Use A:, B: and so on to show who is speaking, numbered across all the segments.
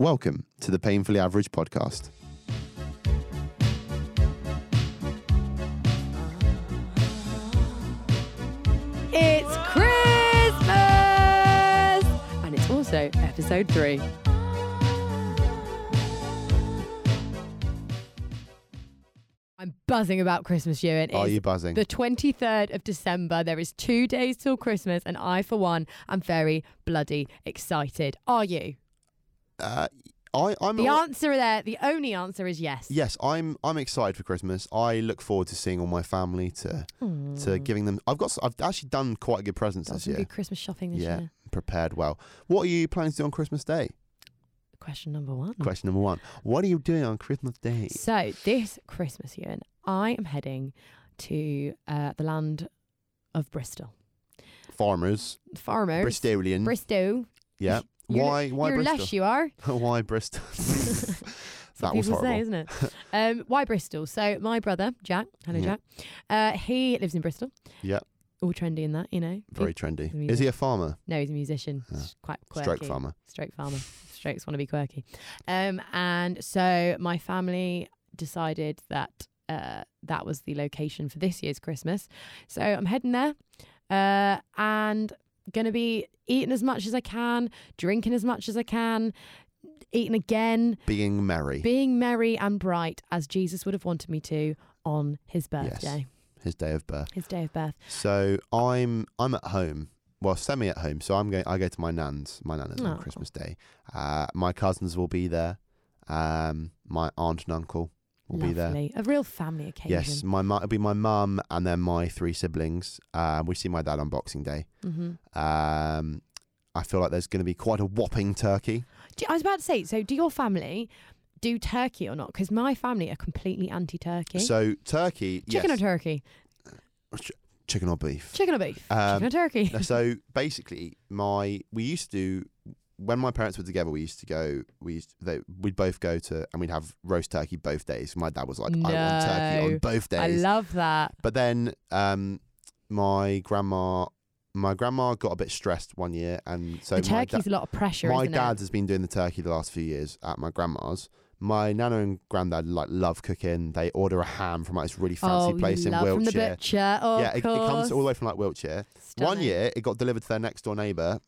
A: Welcome to the Painfully Average podcast.
B: It's Christmas! And it's also episode three. I'm buzzing about Christmas, Ewan. It
A: Are
B: is
A: you buzzing?
B: The 23rd of December. There is two days till Christmas, and I, for one, am very bloody excited. Are you?
A: uh, I, I'm
B: The
A: al-
B: answer there, the only answer is yes.
A: yes, I'm I'm excited for Christmas. I look forward to seeing all my family to
B: Mm.
A: to giving them. I've got s- I've actually done quite good presents
B: Got
A: this
B: some
A: year.
B: good Christmas shopping this
A: Yeah.
B: year.
A: Prepared well. What are you planning to do on Christmas Day?
B: Question number one.
A: Question number one. What are you doing on Christmas Day?
B: So this Christmas, Ewan, I am heading to uh, the land of Bristol.
A: Farmers,
B: Farmers.
A: Bristolian.
B: Bristol.
A: yeah.
B: You're-
A: Why why
B: You're
A: Bristol?
B: lush, you are.
A: why Bristol? that was
B: People
A: horrible.
B: say, isn't it? um, why Bristol? So my brother, Jack, hello
A: Yeah.
B: Jack, uh, he lives in Bristol.
A: Yeah.
B: All trendy in that, you know.
A: Very
B: He-
A: trendy.
B: music.
A: Is he a farmer?
B: no, he's a musician.
A: Yeah.
B: He's Quite quirky.
A: Stroke farmer.
B: Stroke farmer. Strokes want to be quirky. Um, and so my family decided that uh, that was the location for this year's Christmas. So I'm heading there uh, and going to be eating as much as I can, drinking as much as I can, eating again,
A: Being merry.
B: being merry and bright as Jesus would have wanted me to on his
A: Yes.
B: birthday,
A: his day of birth.
B: his day of birth.
A: So I'm I'm at home. Well, semi at home. So I'm going. I go to my nan's. My nan's
B: Oh.
A: on Christmas Day. Uh, my cousins will be there. Um, my aunt and uncle will be there.
B: Lovely. A real family occasion.
A: Yes, my mu- it'll be my mum and then my three siblings. Uh, we see my dad on Boxing Day.
B: Mm-hmm.
A: Um, I feel like there's going to be quite a whopping turkey.
B: Do, I was about to say, so do your family do turkey or not? Because my family are completely anti-turkey.
A: So turkey,
B: chicken
A: yes,
B: or turkey?
A: chicken or beef.
B: Chicken or beef?
A: Um,
B: chicken or turkey?
A: No, so basically, my we used to do when my parents were together. We used to go. We used they, we'd both go to and we'd have roast turkey both days. My dad was like, I want turkey
B: No.
A: on both
B: I
A: days.
B: love that.
A: but then um, my grandma, my grandma got a bit stressed one year, and so
B: the
A: my
B: turkey's
A: da-
B: a lot of pressure,
A: my
B: isn't
A: dad has been doing the turkey the last few years at my grandma's. My nana and granddad like love cooking. They order a ham from like this really
B: it?
A: fancy
B: oh,
A: place
B: you
A: in
B: love from the
A: Wiltshire.
B: butcher. Oh,
A: yeah, it, it comes all the way from like Wiltshire. One
B: Stunning.
A: year, it got delivered to their next door neighbour,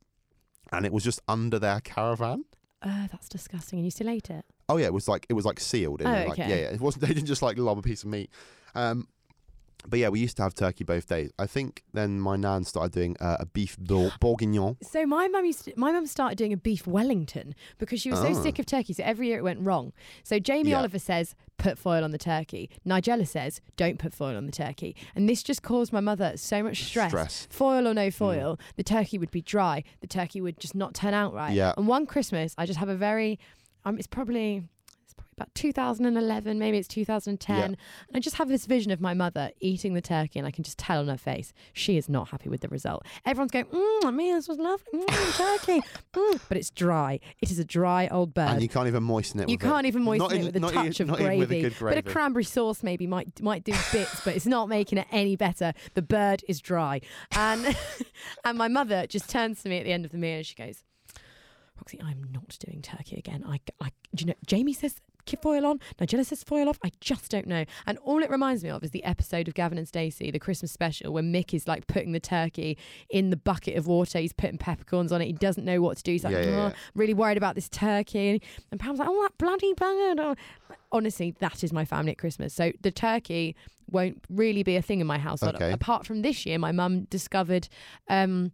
A: and it was just under their caravan.
B: Oh, that's disgusting. And you still ate it?
A: Oh yeah, it was like it was like sealed. In
B: Oh,
A: there, like,
B: okay.
A: Yeah, yeah, it wasn't. They didn't just like lob a piece of meat. Um, but yeah, we used to have turkey both days. I think then my nan started doing uh, a beef bour- bourguignon.
B: So my mum used to, my mum started doing a beef Wellington because she was so
A: Oh.
B: sick of turkey. So every year it went wrong. So Jamie
A: Yeah.
B: Oliver says put foil on the turkey. Nigella says don't put foil on the turkey. And this just caused my mother so much stress.
A: Stress.
B: Foil or
A: Hmm.
B: no foil, the turkey would be dry. The turkey would just not turn out right.
A: Yeah.
B: And one Christmas, I just have a very, um, it's probably. it's probably About 2011, maybe it's 2010.
A: Yeah.
B: And I just have this vision of my mother eating the turkey, and I can just tell on her face she is not happy with the result. Everyone's going, mm, I mean, this was lovely, mm, turkey, mm. but it's dry. It is a dry old bird.
A: and you can't even moisten it.
B: Uh, You
A: with
B: can't even moisten
A: Not in-
B: it with a
A: not
B: touch
A: even-
B: of
A: not even
B: gravy.
A: with a good
B: But a
A: gravy.
B: cranberry sauce maybe might might do bits, but it's not making it any better. The bird is dry, and and my mother just turns to me at the end of the meal and she goes, "Roxy, I'm not doing turkey again. I, I do you know, Jamie says." ki- Foil on, Nigella says foil off. I just don't know. And all it reminds me of is the episode of Gavin and Stacey, the Christmas special, where Mick is like putting the turkey in the bucket of water. He's putting peppercorns on it. He doesn't know what to do. He's like,
A: Yeah, yeah,
B: "Oh,
A: yeah.
B: really worried about this turkey. And Pam's like, oh, that bloody bugger. Oh. Honestly, that is my family at Christmas. So the turkey won't really be a thing in my household.
A: Okay.
B: Apart from this year, my mum discovered. Um,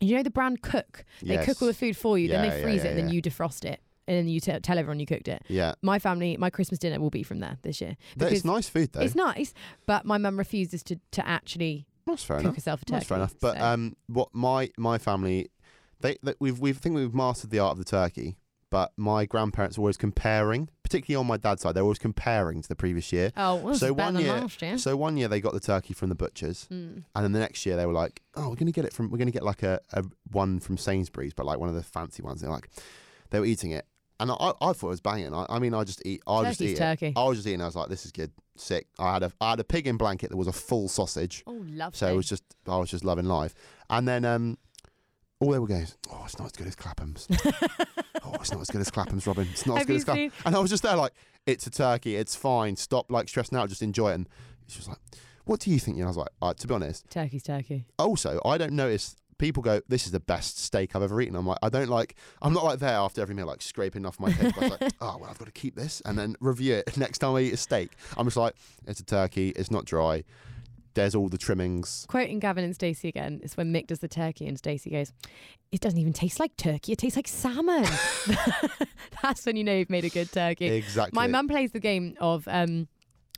B: you know the brand Cook? They
A: Yes.
B: cook all the food for you,
A: Yeah,
B: then they
A: yeah,
B: freeze
A: yeah,
B: it, and
A: yeah.
B: then you defrost it. And then you t- tell everyone you cooked it.
A: Yeah,
B: My family, my Christmas dinner will be from there this year.
A: But
B: Because
A: it's nice food though.
B: It's nice, but my mum refuses to, to actually
A: That's fair
B: cook
A: enough.
B: herself a turkey.
A: That's fair enough. But
B: so-
A: um, what my my family, they, they we've we think we've mastered the art of the turkey. But my grandparents were always comparing, particularly on my dad's side, they're always comparing to the previous year.
B: oh, well, this
A: so
B: is better
A: one
B: than
A: year-
B: last year.
A: So one year they got the turkey from the butchers,
B: Mm.
A: and then the next year they were like, "Oh, we're gonna get it from we're gonna get like a, a one from Sainsbury's, but like one of the fancy ones." They're like, they were eating it, and I, I I thought it was banging. I, I mean, I just eat, I just
B: Turkey's
A: eat
B: turkey.
A: it. I was just eating. I was like, "This is good, sick." I had a I had a pig in blanket that was a full sausage,
B: Oh, lovely.
A: so it was just I was just loving life. And then um, all they were going, is, oh, it's not as good as Clapham's. oh, it's not as good as Clapham's, Robin. It's not as
B: Have
A: good
B: you
A: as Clapham's.
B: seen?
A: And I was just there like, it's a turkey, it's fine. Stop like stressing out, just enjoy it. And she was like, what do you think? And I was like, uh, to be honest,
B: Turkey's turkey.
A: also I don't notice people go, this is the best steak I've ever eaten. I'm like, I don't like, I'm not like there after every meal, like scraping off my head. I was like, oh, well, I've got to keep this and then review it next time I eat a steak. I'm just like, it's a turkey, it's not dry. There's all the trimmings.
B: Quoting Gavin and Stacey again, it's when Mick does the turkey and Stacey goes, It doesn't even taste like turkey, it tastes like salmon. That's when you know you've made a good turkey.
A: Exactly.
B: My mum plays the game of um,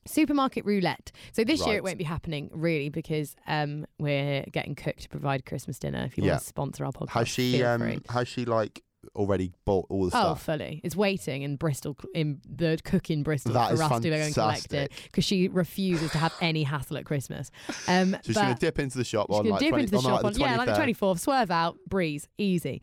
B: supermarket roulette. So this year
A: Right.
B: it won't be happening really because um, we're getting cooked to provide Christmas dinner. If you
A: Yeah.
B: want to sponsor our podcast,
A: has she,
B: feel
A: um,
B: free.
A: has she like already bought all the
B: Oh,
A: stuff?
B: fully. It's waiting in Bristol, in the cook in Bristol
A: That
B: for us
A: is
B: to go and collect it because she refuses to have any hassle at Christmas. Um,
A: So she's
B: but-
A: going to dip into the shop
B: Just
A: on
B: gonna
A: like
B: dip
A: 20,
B: into the
A: on,
B: shop
A: like, the
B: on, yeah, like the
A: 23rd.
B: twenty fourth, swerve out, breeze, easy.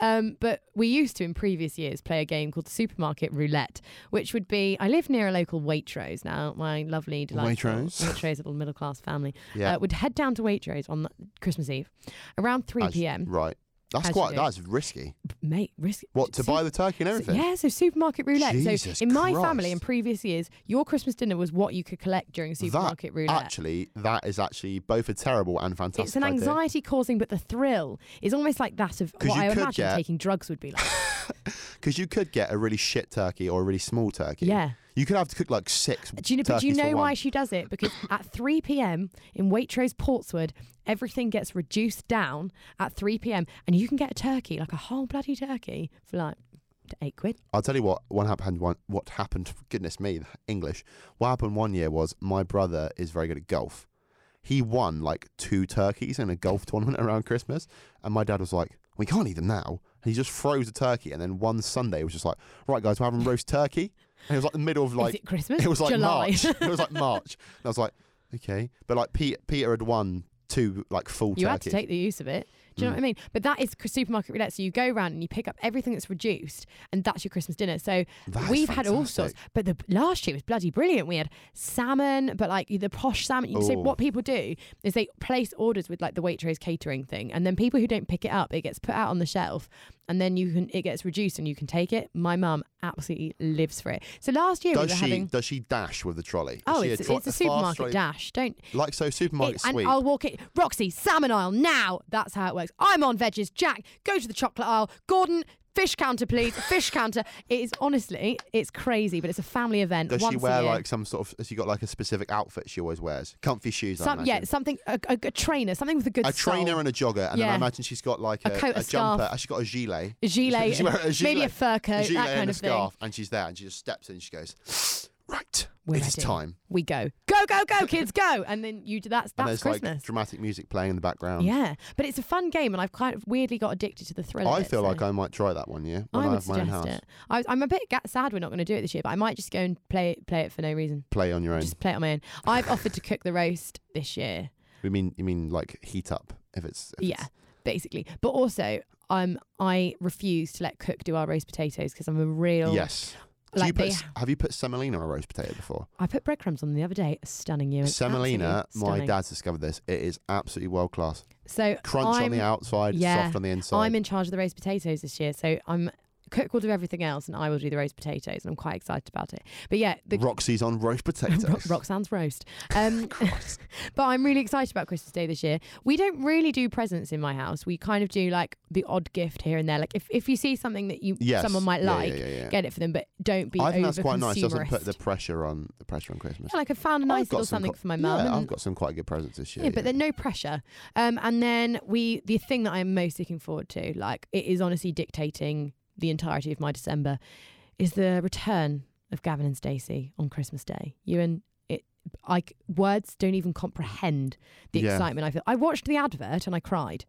B: Um, but we used to in previous years play a game called supermarket roulette, which would be I live near a local Waitrose now, my lovely delightful
A: Waitrose.
B: Waitrose, little middle class family.
A: Yeah.
B: Uh, would head down to Waitrose on Christmas Eve, around three
A: As-
B: p.m.
A: Right. That's
B: As you
A: quite,
B: do.
A: that's risky.
B: Mate, risk
A: What, to
B: see-
A: buy the turkey and
B: so-
A: everything?
B: yeah, so supermarket roulette.
A: Jesus
B: so in my
A: Christ.
B: family, in previous years, your Christmas dinner was what you could collect during supermarket roulette.
A: Actually, that is actually both a terrible and fantastic
B: It's an
A: idea.
B: anxiety causing, but the thrill is almost like that of
A: 'Cause
B: what
A: you
B: I
A: could
B: imagine
A: get-
B: taking drugs would be like.
A: Because you could get a really shit turkey or a really small turkey.
B: yeah.
A: You could have to cook like six.
B: Do you know, but do you
A: turkeys for
B: know why
A: one.
B: she does it? Because at 3 p.m. in Waitrose, Portswood, everything gets reduced down at 3 p.m. and you can get a turkey, like a whole bloody turkey, for like eight quid.
A: I'll tell you what. What happened? One, what happened? Goodness me, English. What happened one year was my brother is very good at golf. He won like two turkeys in a golf tournament around Christmas, and my dad was like, "We can't eat them now." And he just froze a turkey, and then one Sunday was just like, "Right, guys, we're having roast turkey." And it was like the middle of like
B: is it Christmas?
A: It was like
B: July.
A: March. It was like March. And I was like, okay. But like Peter, Peter had won two like full
B: you
A: turkeys.
B: had to take the use of it. Do you
A: Mm.
B: know what I mean? But that is supermarket roulette. So you go around and you pick up everything that's reduced, and that's your Christmas dinner. So
A: That is
B: We've had all sorts,
A: fantastic.
B: but the last year was bloody brilliant. We had salmon, but like the posh salmon. So
A: Ooh.
B: what people do is they place orders with like the Waitrose catering thing, and then people who don't pick it up, it gets put out on the shelf, and then you can it gets reduced and you can take it. My mum absolutely lives for it. So last year we
A: Does
B: were
A: she
B: having
A: does she dash with the trolley? Is
B: oh,
A: she
B: it's,
A: tro-
B: it's a
A: fast
B: supermarket
A: trolley-
B: dash. Don't
A: Like so, supermarket
B: it- and
A: sweep.
B: I'll walk it. Roxy, salmon aisle now. That's how it works. I'm on veggies. Jack, go to the chocolate aisle. Gordon, fish counter, please. Fish counter. It is honestly, it's crazy, but it's a family event.
A: Does
B: once
A: she
B: a
A: wear
B: year.
A: like some sort of? Has she got like a specific outfit she always wears? Comfy shoes. I
B: Some, yeah,
A: imagine.
B: something a, a, a trainer, something with a good
A: A trainer
B: sole.
A: and a jogger, and then I
B: Yeah.
A: imagine she's got like
B: A
A: a,
B: coat,
A: jumper.
B: a scarf.
A: Has she got a gilet?
B: a gilet,
A: Does she wear a gilet?
B: maybe a fur
A: A
B: coat,
A: gilet
B: that kind
A: and a
B: of
A: scarf,
B: thing.
A: and she's there, and she just steps in. and She goes, right,
B: We're
A: it's
B: ready.
A: time.
B: We go, go, go, go, kids, go, and then you do that's
A: And
B: that's
A: there's like
B: Christmas.
A: dramatic music playing in the background.
B: yeah, but it's a fun game, and I've kind of weirdly got addicted to the thrill. of
A: I
B: it,
A: feel
B: so.
A: like I might try that one year when
B: I
A: I,
B: would
A: have my own
B: suggest
A: house.
B: it. I was, I'm a bit ga- sad we're not going to do it this year, but I might just go and play it, play it for no reason.
A: Play on your own.
B: Just play it on my own. I've offered to cook the roast this year.
A: We mean you mean like heat up if it's if
B: Yeah,
A: it's-
B: basically. But also, um, I refuse to let cook do our roast potatoes because I'm a real.
A: yes. Do
B: Like
A: you put,
B: they-
A: s- have you put semolina on a roast potato before?
B: I put breadcrumbs on them the other day. Stunning you. It's
A: semolina,
B: absolutely
A: my
B: stunning.
A: dad's discovered this. It is absolutely world class.
B: So
A: Crunch
B: I'm,
A: on the outside,
B: yeah,
A: soft on the inside.
B: I'm in charge of the roast potatoes this year. So I'm. Cook will do everything else, and I will do the roast potatoes, and I'm quite excited about it. But yeah, the
A: Roxy's on roast potatoes.
B: Ro- Roxanne's roast. Um, but I'm really excited about Christmas Day this year. We don't really do presents in my house. We kind of do like the odd gift here and there. Like if, if you see something that you
A: Yes.
B: someone might
A: Yeah, yeah,
B: like,
A: yeah, yeah.
B: get it for them, but don't be
A: I think
B: over
A: that's quite nice. Doesn't put
B: consumerist.
A: the pressure on the pressure on Christmas.
B: Yeah, like I found a
A: I've
B: nice
A: got
B: little
A: some
B: something
A: qu-
B: for my mum.
A: Yeah,
B: and-
A: I've got some quite good presents this
B: yeah,
A: year.
B: but then no pressure. Um, and then we, the thing that I'm most looking forward to, like it is honestly dictating the entirety of my December, is the return of Gavin and Stacey on Christmas Day. You and it, like words don't even comprehend the
A: Yeah.
B: excitement I feel. I watched the advert and I cried.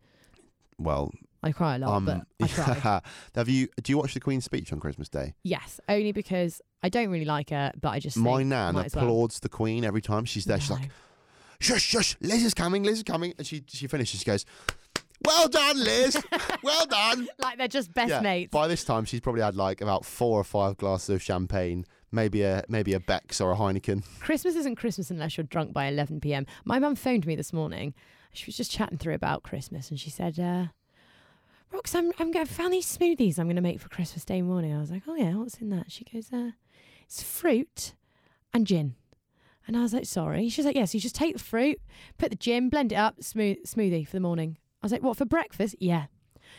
A: well,
B: I cry a lot, but
A: um,
B: I cried.
A: have you? Do you watch the Queen's speech on Christmas Day?
B: yes, only because I don't really like her, but I just think
A: My nan
B: might as well.
A: applauds the Queen every time she's there. She's like,
B: no.
A: shush, shush, Liz is coming, Liz is coming. And she, she finishes, she goes, well done, Liz, well done.
B: like they're just best
A: Yeah,
B: mates.
A: By this time, she's probably had like about four or five glasses of champagne, maybe a maybe a Beck's or a Heineken.
B: Christmas isn't Christmas unless you're drunk by 11 p.m. My mum phoned me this morning. She was just chatting through about Christmas and she said, uh, Rox, I'm, I'm going, I found these smoothies I'm going to make for Christmas Day morning. I was like, oh yeah, what's in that? She goes, uh, it's fruit and gin. And I was like, sorry. She's like, yes, you just take the fruit, put the gin, blend it up, smooth, smoothie for the morning. I was like, what, for breakfast? Yeah.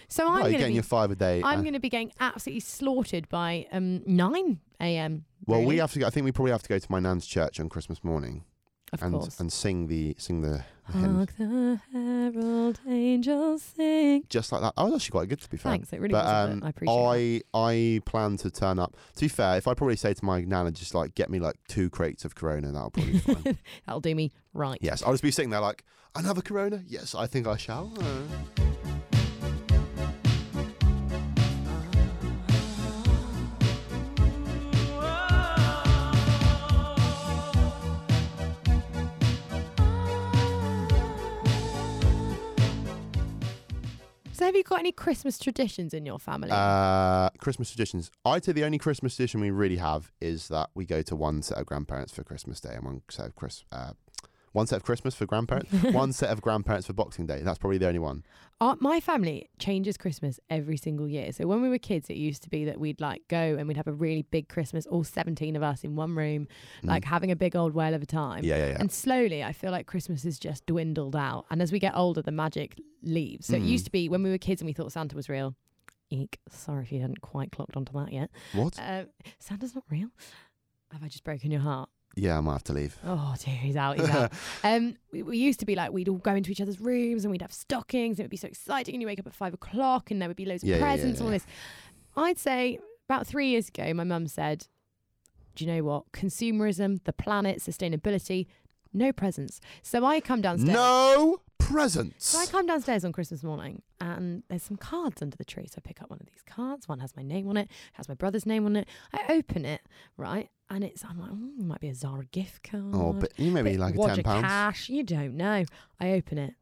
B: So I'm
A: Well, you're
B: going to
A: getting
B: be,
A: your five a day. Uh,
B: I'm
A: and-
B: going to be getting absolutely slaughtered by um 9 a.m.
A: well, we
B: really.
A: have to. Go, I think we probably have to go to my nan's church on Christmas morning
B: of
A: and
B: course. Oh,
A: and sing the sing the, the hymn
B: Hark the herald angels sing.
A: just like that. I was actually quite good to be fair.
B: Thanks, it really
A: But,
B: was.
A: um,
B: I appreciate it.
A: I I plan to turn up. To be fair, if I probably say to my nana, just like get me like two crates of Corona, that'll probably be fine.
B: That'll do me right.
A: yes, I'll just be sitting there like another Corona. Yes, I think I shall. Uh,
B: So, have you got any Christmas traditions in your family?
A: Uh, Christmas traditions. I'd say the only Christmas tradition we really have is that we go to one set of grandparents for Christmas Day and one set of Chris, uh, one set of Christmas for grandparents, one set of grandparents for Boxing Day. That's probably the only one.
B: Our, my family changes Christmas every single year. So when we were kids, it used to be that we'd like go and we'd have a really big Christmas, all 17 of us in one room, like having a big old whale of a time.
A: Mm. Yeah, yeah, yeah.
B: And slowly, I feel like Christmas has just dwindled out. And as we get older, the magic leaves. So it
A: Mm.
B: used to be when we were kids and we thought Santa was real. Eek. Sorry if you hadn't quite clocked onto that yet.
A: What?
B: Uh, Santa's not real. Have I just broken your heart?
A: Yeah, I might have to leave.
B: Oh dear, he's out, he's out. um, we, we used to be like we'd all go into each other's rooms and we'd have stockings and it'd be so exciting. And you wake up at five o'clock and there would be loads of
A: Yeah, yeah, yeah,
B: presents and all
A: yeah.
B: this. I'd say about three years ago, my mum said, "Do you know what? Consumerism, the planet, sustainability, no presents." So I come downstairs.
A: No presents.
B: So I come downstairs on Christmas morning and there's some cards under the tree. So I pick up one of these cards. One has my name on it, has my brother's name on it. I open it, right? And it's, I'm like, "Mm, it might be a Zara gift card.
A: oh, but you maybe
B: Bit
A: like a
B: wad
A: ten
B: of
A: pounds.
B: cash. You don't know. I open it.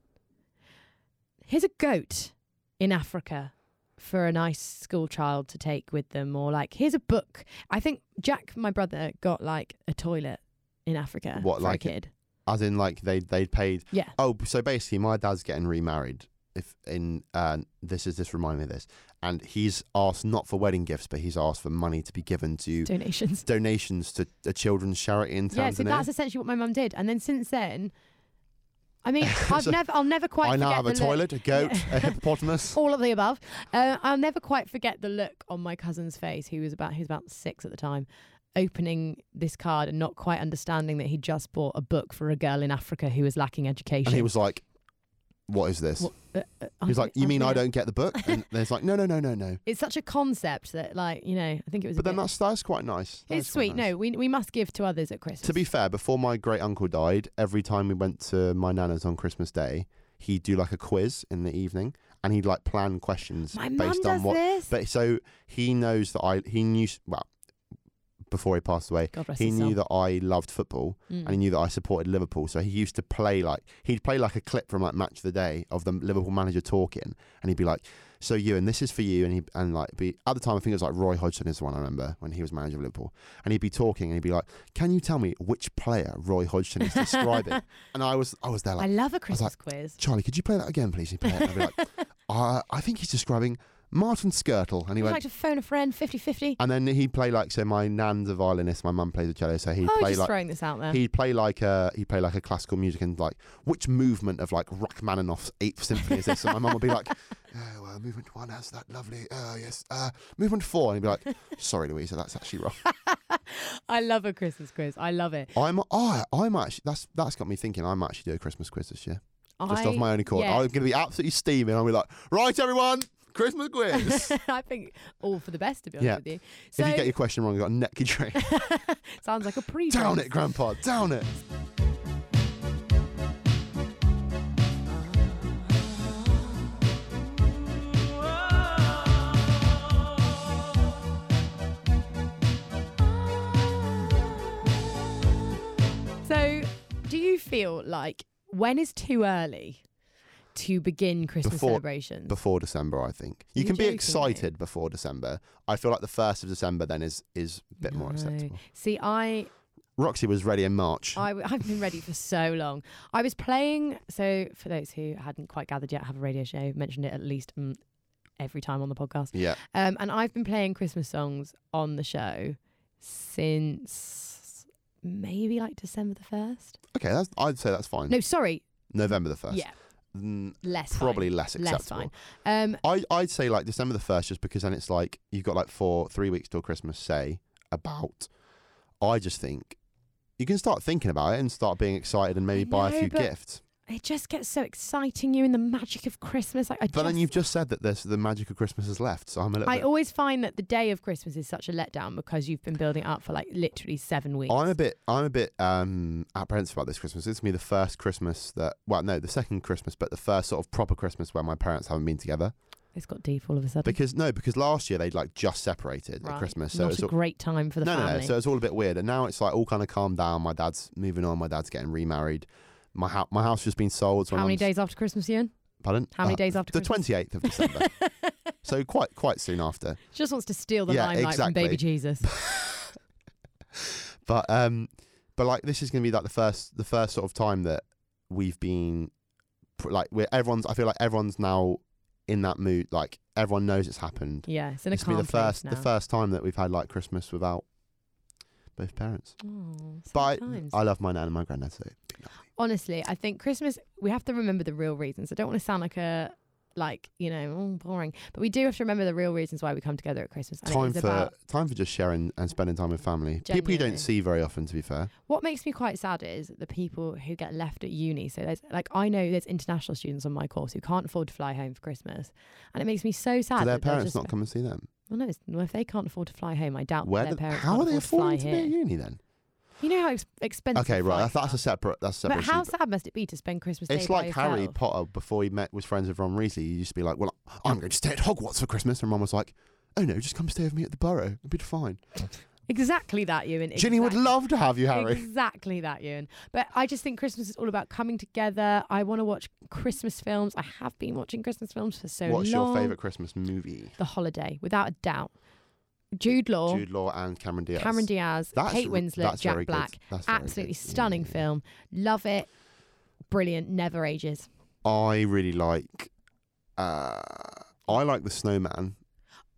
B: Here's a goat in Africa for a nice school child to take with them, or like here's a book. I think Jack, my brother, got like a toilet in Africa.
A: What,
B: for
A: like
B: a kid?
A: As in, like they they paid.
B: Yeah.
A: Oh, so basically, my dad's getting remarried. If in uh, this is this remind me of this, and he's asked not for wedding gifts, but he's asked for money to be given to
B: Donations.
A: donations to a children's charity in Tanzania.
B: Yeah, so that's essentially what my mum did, and then since then, I mean, I've
A: So
B: never, I'll never quite.
A: I now
B: forget
A: have a
B: the look-
A: toilet, a goat,
B: Yeah.
A: a hippopotamus.
B: all of the above. Uh, I'll never quite forget the look on my cousin's face. He was about he was about six at the time, opening this card and not quite understanding that he just bought a book for a girl in Africa who was lacking education.
A: And he was like, What is this?
B: What- uh, uh,
A: He was like, You mean I
B: yeah.
A: don't get the book? And then it's like, No, no, no, no, no.
B: It's such a concept that, like, you know, I think it was. a
A: But then
B: bit-
A: that's that's quite nice. That
B: it's
A: is quite
B: sweet.
A: nice.
B: No, we we must give to others at Christmas.
A: To be fair, before my great uncle died, every time we went to my nana's on Christmas Day, he'd do like a quiz in the evening and he'd like plan questions
B: my mum
A: based on
B: does
A: what
B: this.
A: but so he knows that I he knew well before he passed away,
B: God rest
A: he
B: his
A: knew
B: soul.
A: that I loved football
B: Mm.
A: and he knew that I supported Liverpool. So he used to play like he'd play like a clip from like Match of the Day of the Liverpool manager talking, and he'd be like, "So you and this is for you," and he and like be at the time I think it was like Roy Hodgson is the one I remember when he was manager of Liverpool, and he'd be talking and he'd be like, "Can you tell me which player Roy Hodgson is describing?" and I was I was there
B: I
A: like,
B: love a
A: was
B: Christmas
A: like,
B: quiz.
A: "Charlie, could you play that again, please?" He'd play it, and I'd be like, uh, "I think he's describing Martin Skirtle," and he
B: Would you
A: went.
B: like to phone a friend 50 50?
A: and then he'd play like so. My nan's a violinist. My mum plays the cello, so he'd
B: Oh,
A: play
B: just
A: like
B: throwing this out there.
A: he'd play like a he'd play like a classical music and like which movement of like Rachmaninoff's Eighth Symphony is this? And my mum would be like, oh, well, movement one has that lovely, oh yes, uh, movement four, and he'd be like, sorry, Louisa, that's actually wrong.
B: I love a Christmas quiz. I love it.
A: I'm I I'm actually that's that's got me thinking. I might actually do a Christmas quiz this year, just
B: I,
A: off my own accord.
B: yeah.
A: I'm going to be absolutely steaming. I'll be like, right, everyone, Christmas quiz.
B: I think all for the best, to be honest
A: Yeah.
B: with you. So,
A: if you get your question wrong, you got a neck drain.
B: sounds like a pre
A: down it, Grandpa, down it.
B: So, do you feel like when is too early to begin Christmas
A: Before-
B: celebrations?
A: before December, I think. You
B: You're
A: can be
B: joking, mate.
A: excited before December. I feel like the first of December then is is a bit more
B: No.
A: acceptable.
B: See, I
A: Roxy was ready in March.
B: I, have been ready for so long. I was playing, so for those who hadn't quite gathered yet, I have a radio show, mentioned it at least mm, every time on the podcast.
A: Yeah.
B: Um, and I've been playing Christmas songs on the show since maybe like December the 1st.
A: Okay, that's, I'd say that's fine.
B: No, sorry.
A: November the 1st.
B: Yeah,
A: Mm,
B: less. fine.
A: probably less
B: Less
A: acceptable.
B: fine. Um,
A: I, I'd say like December the 1st, just because then it's like you've got like four, three weeks till Christmas, say, about. I just think you can start thinking about it and start being excited and maybe buy
B: know,
A: a few
B: but
A: gifts.
B: it just gets so exciting. You're in the magic of Christmas. Like, I
A: But then
B: just-
A: you've just said that there's the magic of Christmas has left, so I'm a little
B: I
A: bit.
B: always find that the day of Christmas is such a letdown because you've been building up for like literally seven weeks.
A: I'm a bit, I'm a bit um, apprehensive about this Christmas. This is me the first Christmas that, well, no, the second Christmas, but the first sort of proper Christmas where my parents haven't been together.
B: it's got deep all of a sudden.
A: Because no, because last year they'd like just separated
B: Right.
A: at Christmas, so
B: not
A: it's
B: a
A: all,
B: great time for the
A: no,
B: family.
A: no, no. So it's all a bit weird, and now it's like all kind of calmed down. My dad's moving on. My dad's getting remarried. My house, my house just been sold. So
B: How
A: my
B: many
A: mum's-
B: days after Christmas, Ian?
A: Pardon?
B: How many
A: Uh,
B: days after
A: The
B: Christmas?
A: twenty eighth of December. so quite quite soon after.
B: She just wants to steal the
A: Yeah,
B: limelight
A: exactly.
B: from baby Jesus.
A: But um, but like this is gonna be like the first the first sort of time that we've been pr- like we're everyone's. I feel like everyone's now in that mood. Like everyone knows it's happened.
B: Yeah, it's in a
A: This will
B: calm
A: be the
B: place
A: first
B: now.
A: the first time that we've had like Christmas without both parents.
B: Oh, sad
A: But
B: times.
A: I, I love my nan and my granddad. So
B: honestly, I think Christmas we have to remember the real reasons. I don't want to sound like a like you know "Oh, boring, but we do have to remember the real reasons why we come together at Christmas. And
A: time
B: it's
A: for
B: about
A: time for just sharing and spending time with family. People you
B: Genuinely.
A: don't see very often, to be fair.
B: what makes me quite sad is the people who get left at uni. So there's like I know there's international students on my course who can't afford to fly home for Christmas, and it makes me so sad.
A: Do their
B: that Ah, they're
A: parents
B: just,
A: not come and see them?
B: Well, no, it's, well, if they can't afford to fly home, I doubt
A: Where
B: their
A: do,
B: parents.
A: how
B: can't
A: are they
B: afford to fly
A: affording to be
B: here.
A: at uni then?
B: You know how ex- expensive.
A: Okay, right. That's,
B: flights
A: that's
B: are.
A: a separate. That's a separate.
B: But how
A: issue,
B: sad must it be to spend Christmas?
A: but it's
B: Day by
A: like Harry
B: yourself?
A: Potter before he met was friends with Ron Weasley. He used to be like, "Well, I'm going to stay at Hogwarts for Christmas," and Ron was like, "Oh no, just come stay with me at the Burrow. It'll be fine."
B: Exactly that, Ewan.
A: Ginny would
B: exactly.
A: love to have you, Harry.
B: Exactly that, Ewan. But I just think Christmas is all about coming together. I want to watch Christmas films. I have been watching Christmas films for so
A: What's
B: long.
A: your favorite Christmas movie?
B: The Holiday, without a doubt. Jude Law,
A: Jude Law and Cameron Diaz.
B: Cameron Diaz,
A: That's
B: Kate
A: r-
B: Winslet,
A: that's
B: Jack
A: very good.
B: Black.
A: That's very good. Mm.
B: Absolutely stunning
A: Yeah.
B: film. Love it. Brilliant. Never ages.
A: I really like. Uh, I like the Snowman.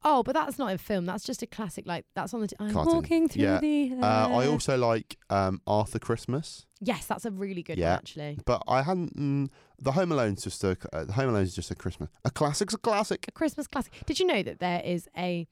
B: Oh, but that's not a film. That's just a classic. Like that's on the. T- I'm
A: Cartoon.
B: walking through
A: Yeah.
B: the. Air.
A: Uh, I also like um, Arthur Christmas,
B: Yes, that's a really good
A: Yeah.
B: one actually.
A: but I hadn't. Mm, the Home Alone's just a uh, the Home Alone's just a Christmas. A classic's a classic.
B: a Christmas classic. Did you know that there is a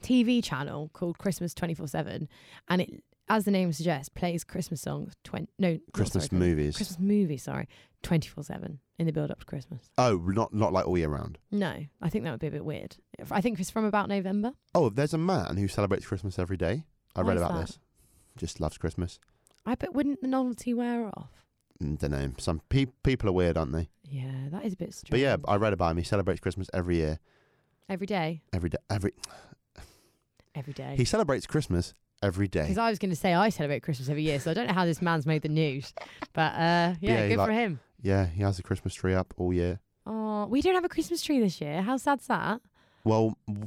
B: TV channel called Christmas 24/7 and it as the name suggests plays Christmas songs 20 no not
A: Christmas
B: sorry, Christmas-
A: movies.
B: Christmas movie, sorry, 24/7 in the build up to Christmas.
A: Oh, not not like all year round.
B: No, I think that would be a bit weird. If- I think it's from about November.
A: Oh, there's a man who celebrates Christmas every day. I
B: Why
A: read
B: is
A: about
B: that?
A: this. Just loves Christmas. Mm,
B: I bet wouldn't the novelty wear off?
A: Don't know. Some pe- people are weird, aren't they?
B: Yeah, that is a bit strange.
A: But yeah, I read about him. He celebrates Christmas every year,
B: every day,
A: every day, every.
B: every day.
A: He celebrates Christmas every day.
B: Because I was going to say I celebrate Christmas every year, so I don't know how this man's made the news, but uh, yeah,
A: Yeah, he
B: good
A: like-
B: for him.
A: Yeah, he has a Christmas tree up all year.
B: Oh, we don't have a Christmas tree this year. How sad's that?
A: Well, w-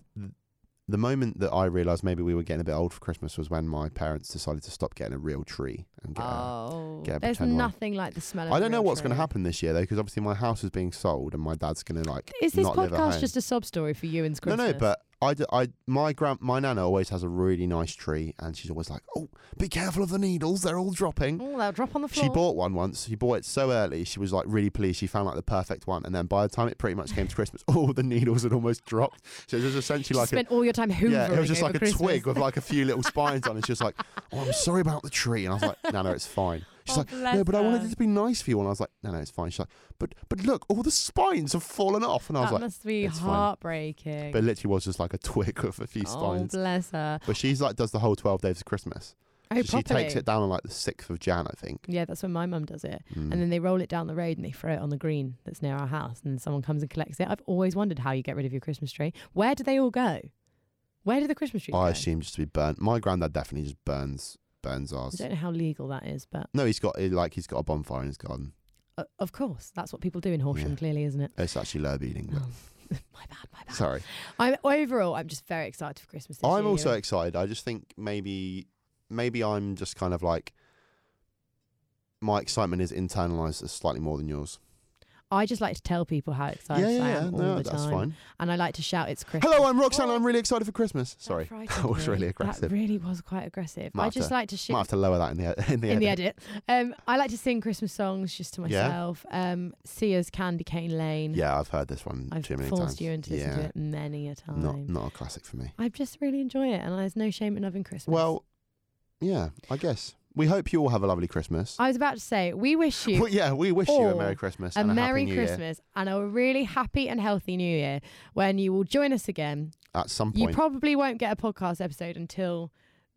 A: the moment that I realised maybe we were getting a bit old for Christmas was when my parents decided to stop getting a real tree and get. a-
B: Oh,
A: get a
B: there's
A: pretend one.
B: nothing like the smell. of
A: I
B: Oh, a
A: don't know
B: real
A: what's going to
B: tree.
A: happen this year though, because obviously my house is being sold and my dad's going to like
B: Is this
A: not live at
B: podcast
A: home.
B: just a sob story for you and Christmas?
A: No, no, but I, d- I- my grand, my nana always has a really nice tree, and she's always like, "Oh, be careful of the needles; they're all dropping."
B: oh, they'll drop on the floor.
A: She bought one once. She bought it so early. She was like really pleased. She found like the perfect one, and then by the time it pretty much came to Christmas, all the needles had almost dropped. So it was essentially
B: She
A: like a
B: spent all your time hoovering.
A: yeah, it was just
B: over
A: like a
B: Christmas.
A: twig with like a few little spines on. it. she was like, "Oh, I'm sorry about the tree," and I was like, "No, no, it's fine." She's
B: Oh,
A: like,
B: bless
A: "No, but I wanted
B: her.
A: it to be nice for you," and I was like, "No, no, it's fine." She's like, "But, but look, all the spines have fallen off," and I was
B: that
A: like,
B: must be
A: "It's fine."
B: heartbreaking.
A: "But it literally was just like a twig with a few
B: oh,
A: spines."
B: bless her.
A: But she's like does the whole twelve days of Christmas.
B: Oh,
A: So she takes
B: properly.
A: it down on like the sixth of Jan, I think.
B: Yeah, that's when my mum does it.
A: Mm.
B: And then they roll it down the road and they throw it on the green that's near our house. And then someone comes and collects it. I've always wondered how you get rid of your Christmas tree. Where do they all go? Where do the Christmas trees
A: I
B: go?
A: assume just to be burnt. My granddad definitely just burns burns
B: I
A: ours.
B: don't know how legal that is, but
A: No, he's got he, like he's got a bonfire in his garden.
B: uh, of course, that's what people do in Horsham,
A: Yeah.
B: clearly, isn't it?
A: It's actually low eating, but
B: Oh, my bad, my bad.
A: sorry.
B: I'm overall, I'm just very excited for Christmas. This
A: I'm
B: year.
A: also excited. I just think maybe maybe I'm just kind of like my excitement is internalized slightly more than yours.
B: I just like to tell people how excited
A: yeah, yeah,
B: I
A: yeah.
B: am all
A: no,
B: the
A: that's
B: time,
A: fine.
B: and I like to shout, "It's Christmas."
A: Hello, I'm Roxanne.
B: Oh,
A: I'm really excited for Christmas.
B: that
A: Sorry,
B: frightened
A: that was
B: me.
A: really aggressive.
B: That really was quite aggressive.
A: Might
B: I
A: have
B: just
A: to-
B: like to shoot
A: Might have to lower that in the in the,
B: in the
A: edit.
B: edit. Um, I like to sing Christmas songs just to
A: Yeah?
B: myself. Um, Sia's Candy Cane Lane.
A: Yeah, I've heard this one
B: I've
A: too many
B: forced
A: times.
B: you into listening
A: yeah,
B: to it many a time.
A: not not a classic for me.
B: I just really enjoy it, and there's no shame in loving Christmas.
A: Well, yeah, I guess we hope you all have a lovely Christmas.
B: I was about to say, we wish you
A: Well, yeah, we wish you a
B: all
A: Merry Christmas
B: a
A: and a
B: Merry
A: Happy New Year
B: Christmas and a really happy and healthy New Year when you will join us again.
A: at some
B: You
A: point.
B: probably won't get a podcast episode until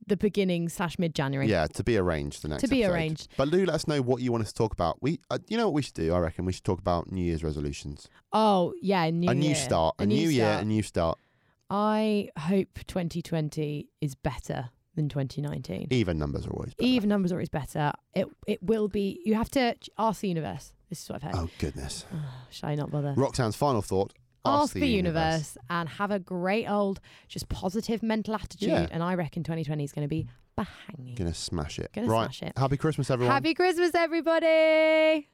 B: the beginning slash mid January.
A: yeah, to be arranged the next
B: To be
A: episode.
B: arranged.
A: But do let us know what you want us to talk about. We, uh, you know, what we should do? I reckon we should talk about New Year's resolutions.
B: Oh, yeah, new
A: a new
B: year.
A: start, a, new, year, a new start.
B: I hope 2020 is better than 2019.
A: Even numbers are always better.
B: Even numbers are always better. It it will be. You have to ch- ask the universe. This is what I've heard.
A: Oh goodness!
B: Oh, shall I not bother?
A: Roxanne's final thought:
B: ask, the, universe. and have a great old, just positive mental attitude.
A: Yeah.
B: And I reckon 2020 is going to be banging.
A: Gonna smash it.
B: Gonna
A: right.
B: smash it.
A: Happy Christmas, everyone.
B: Happy Christmas, everybody!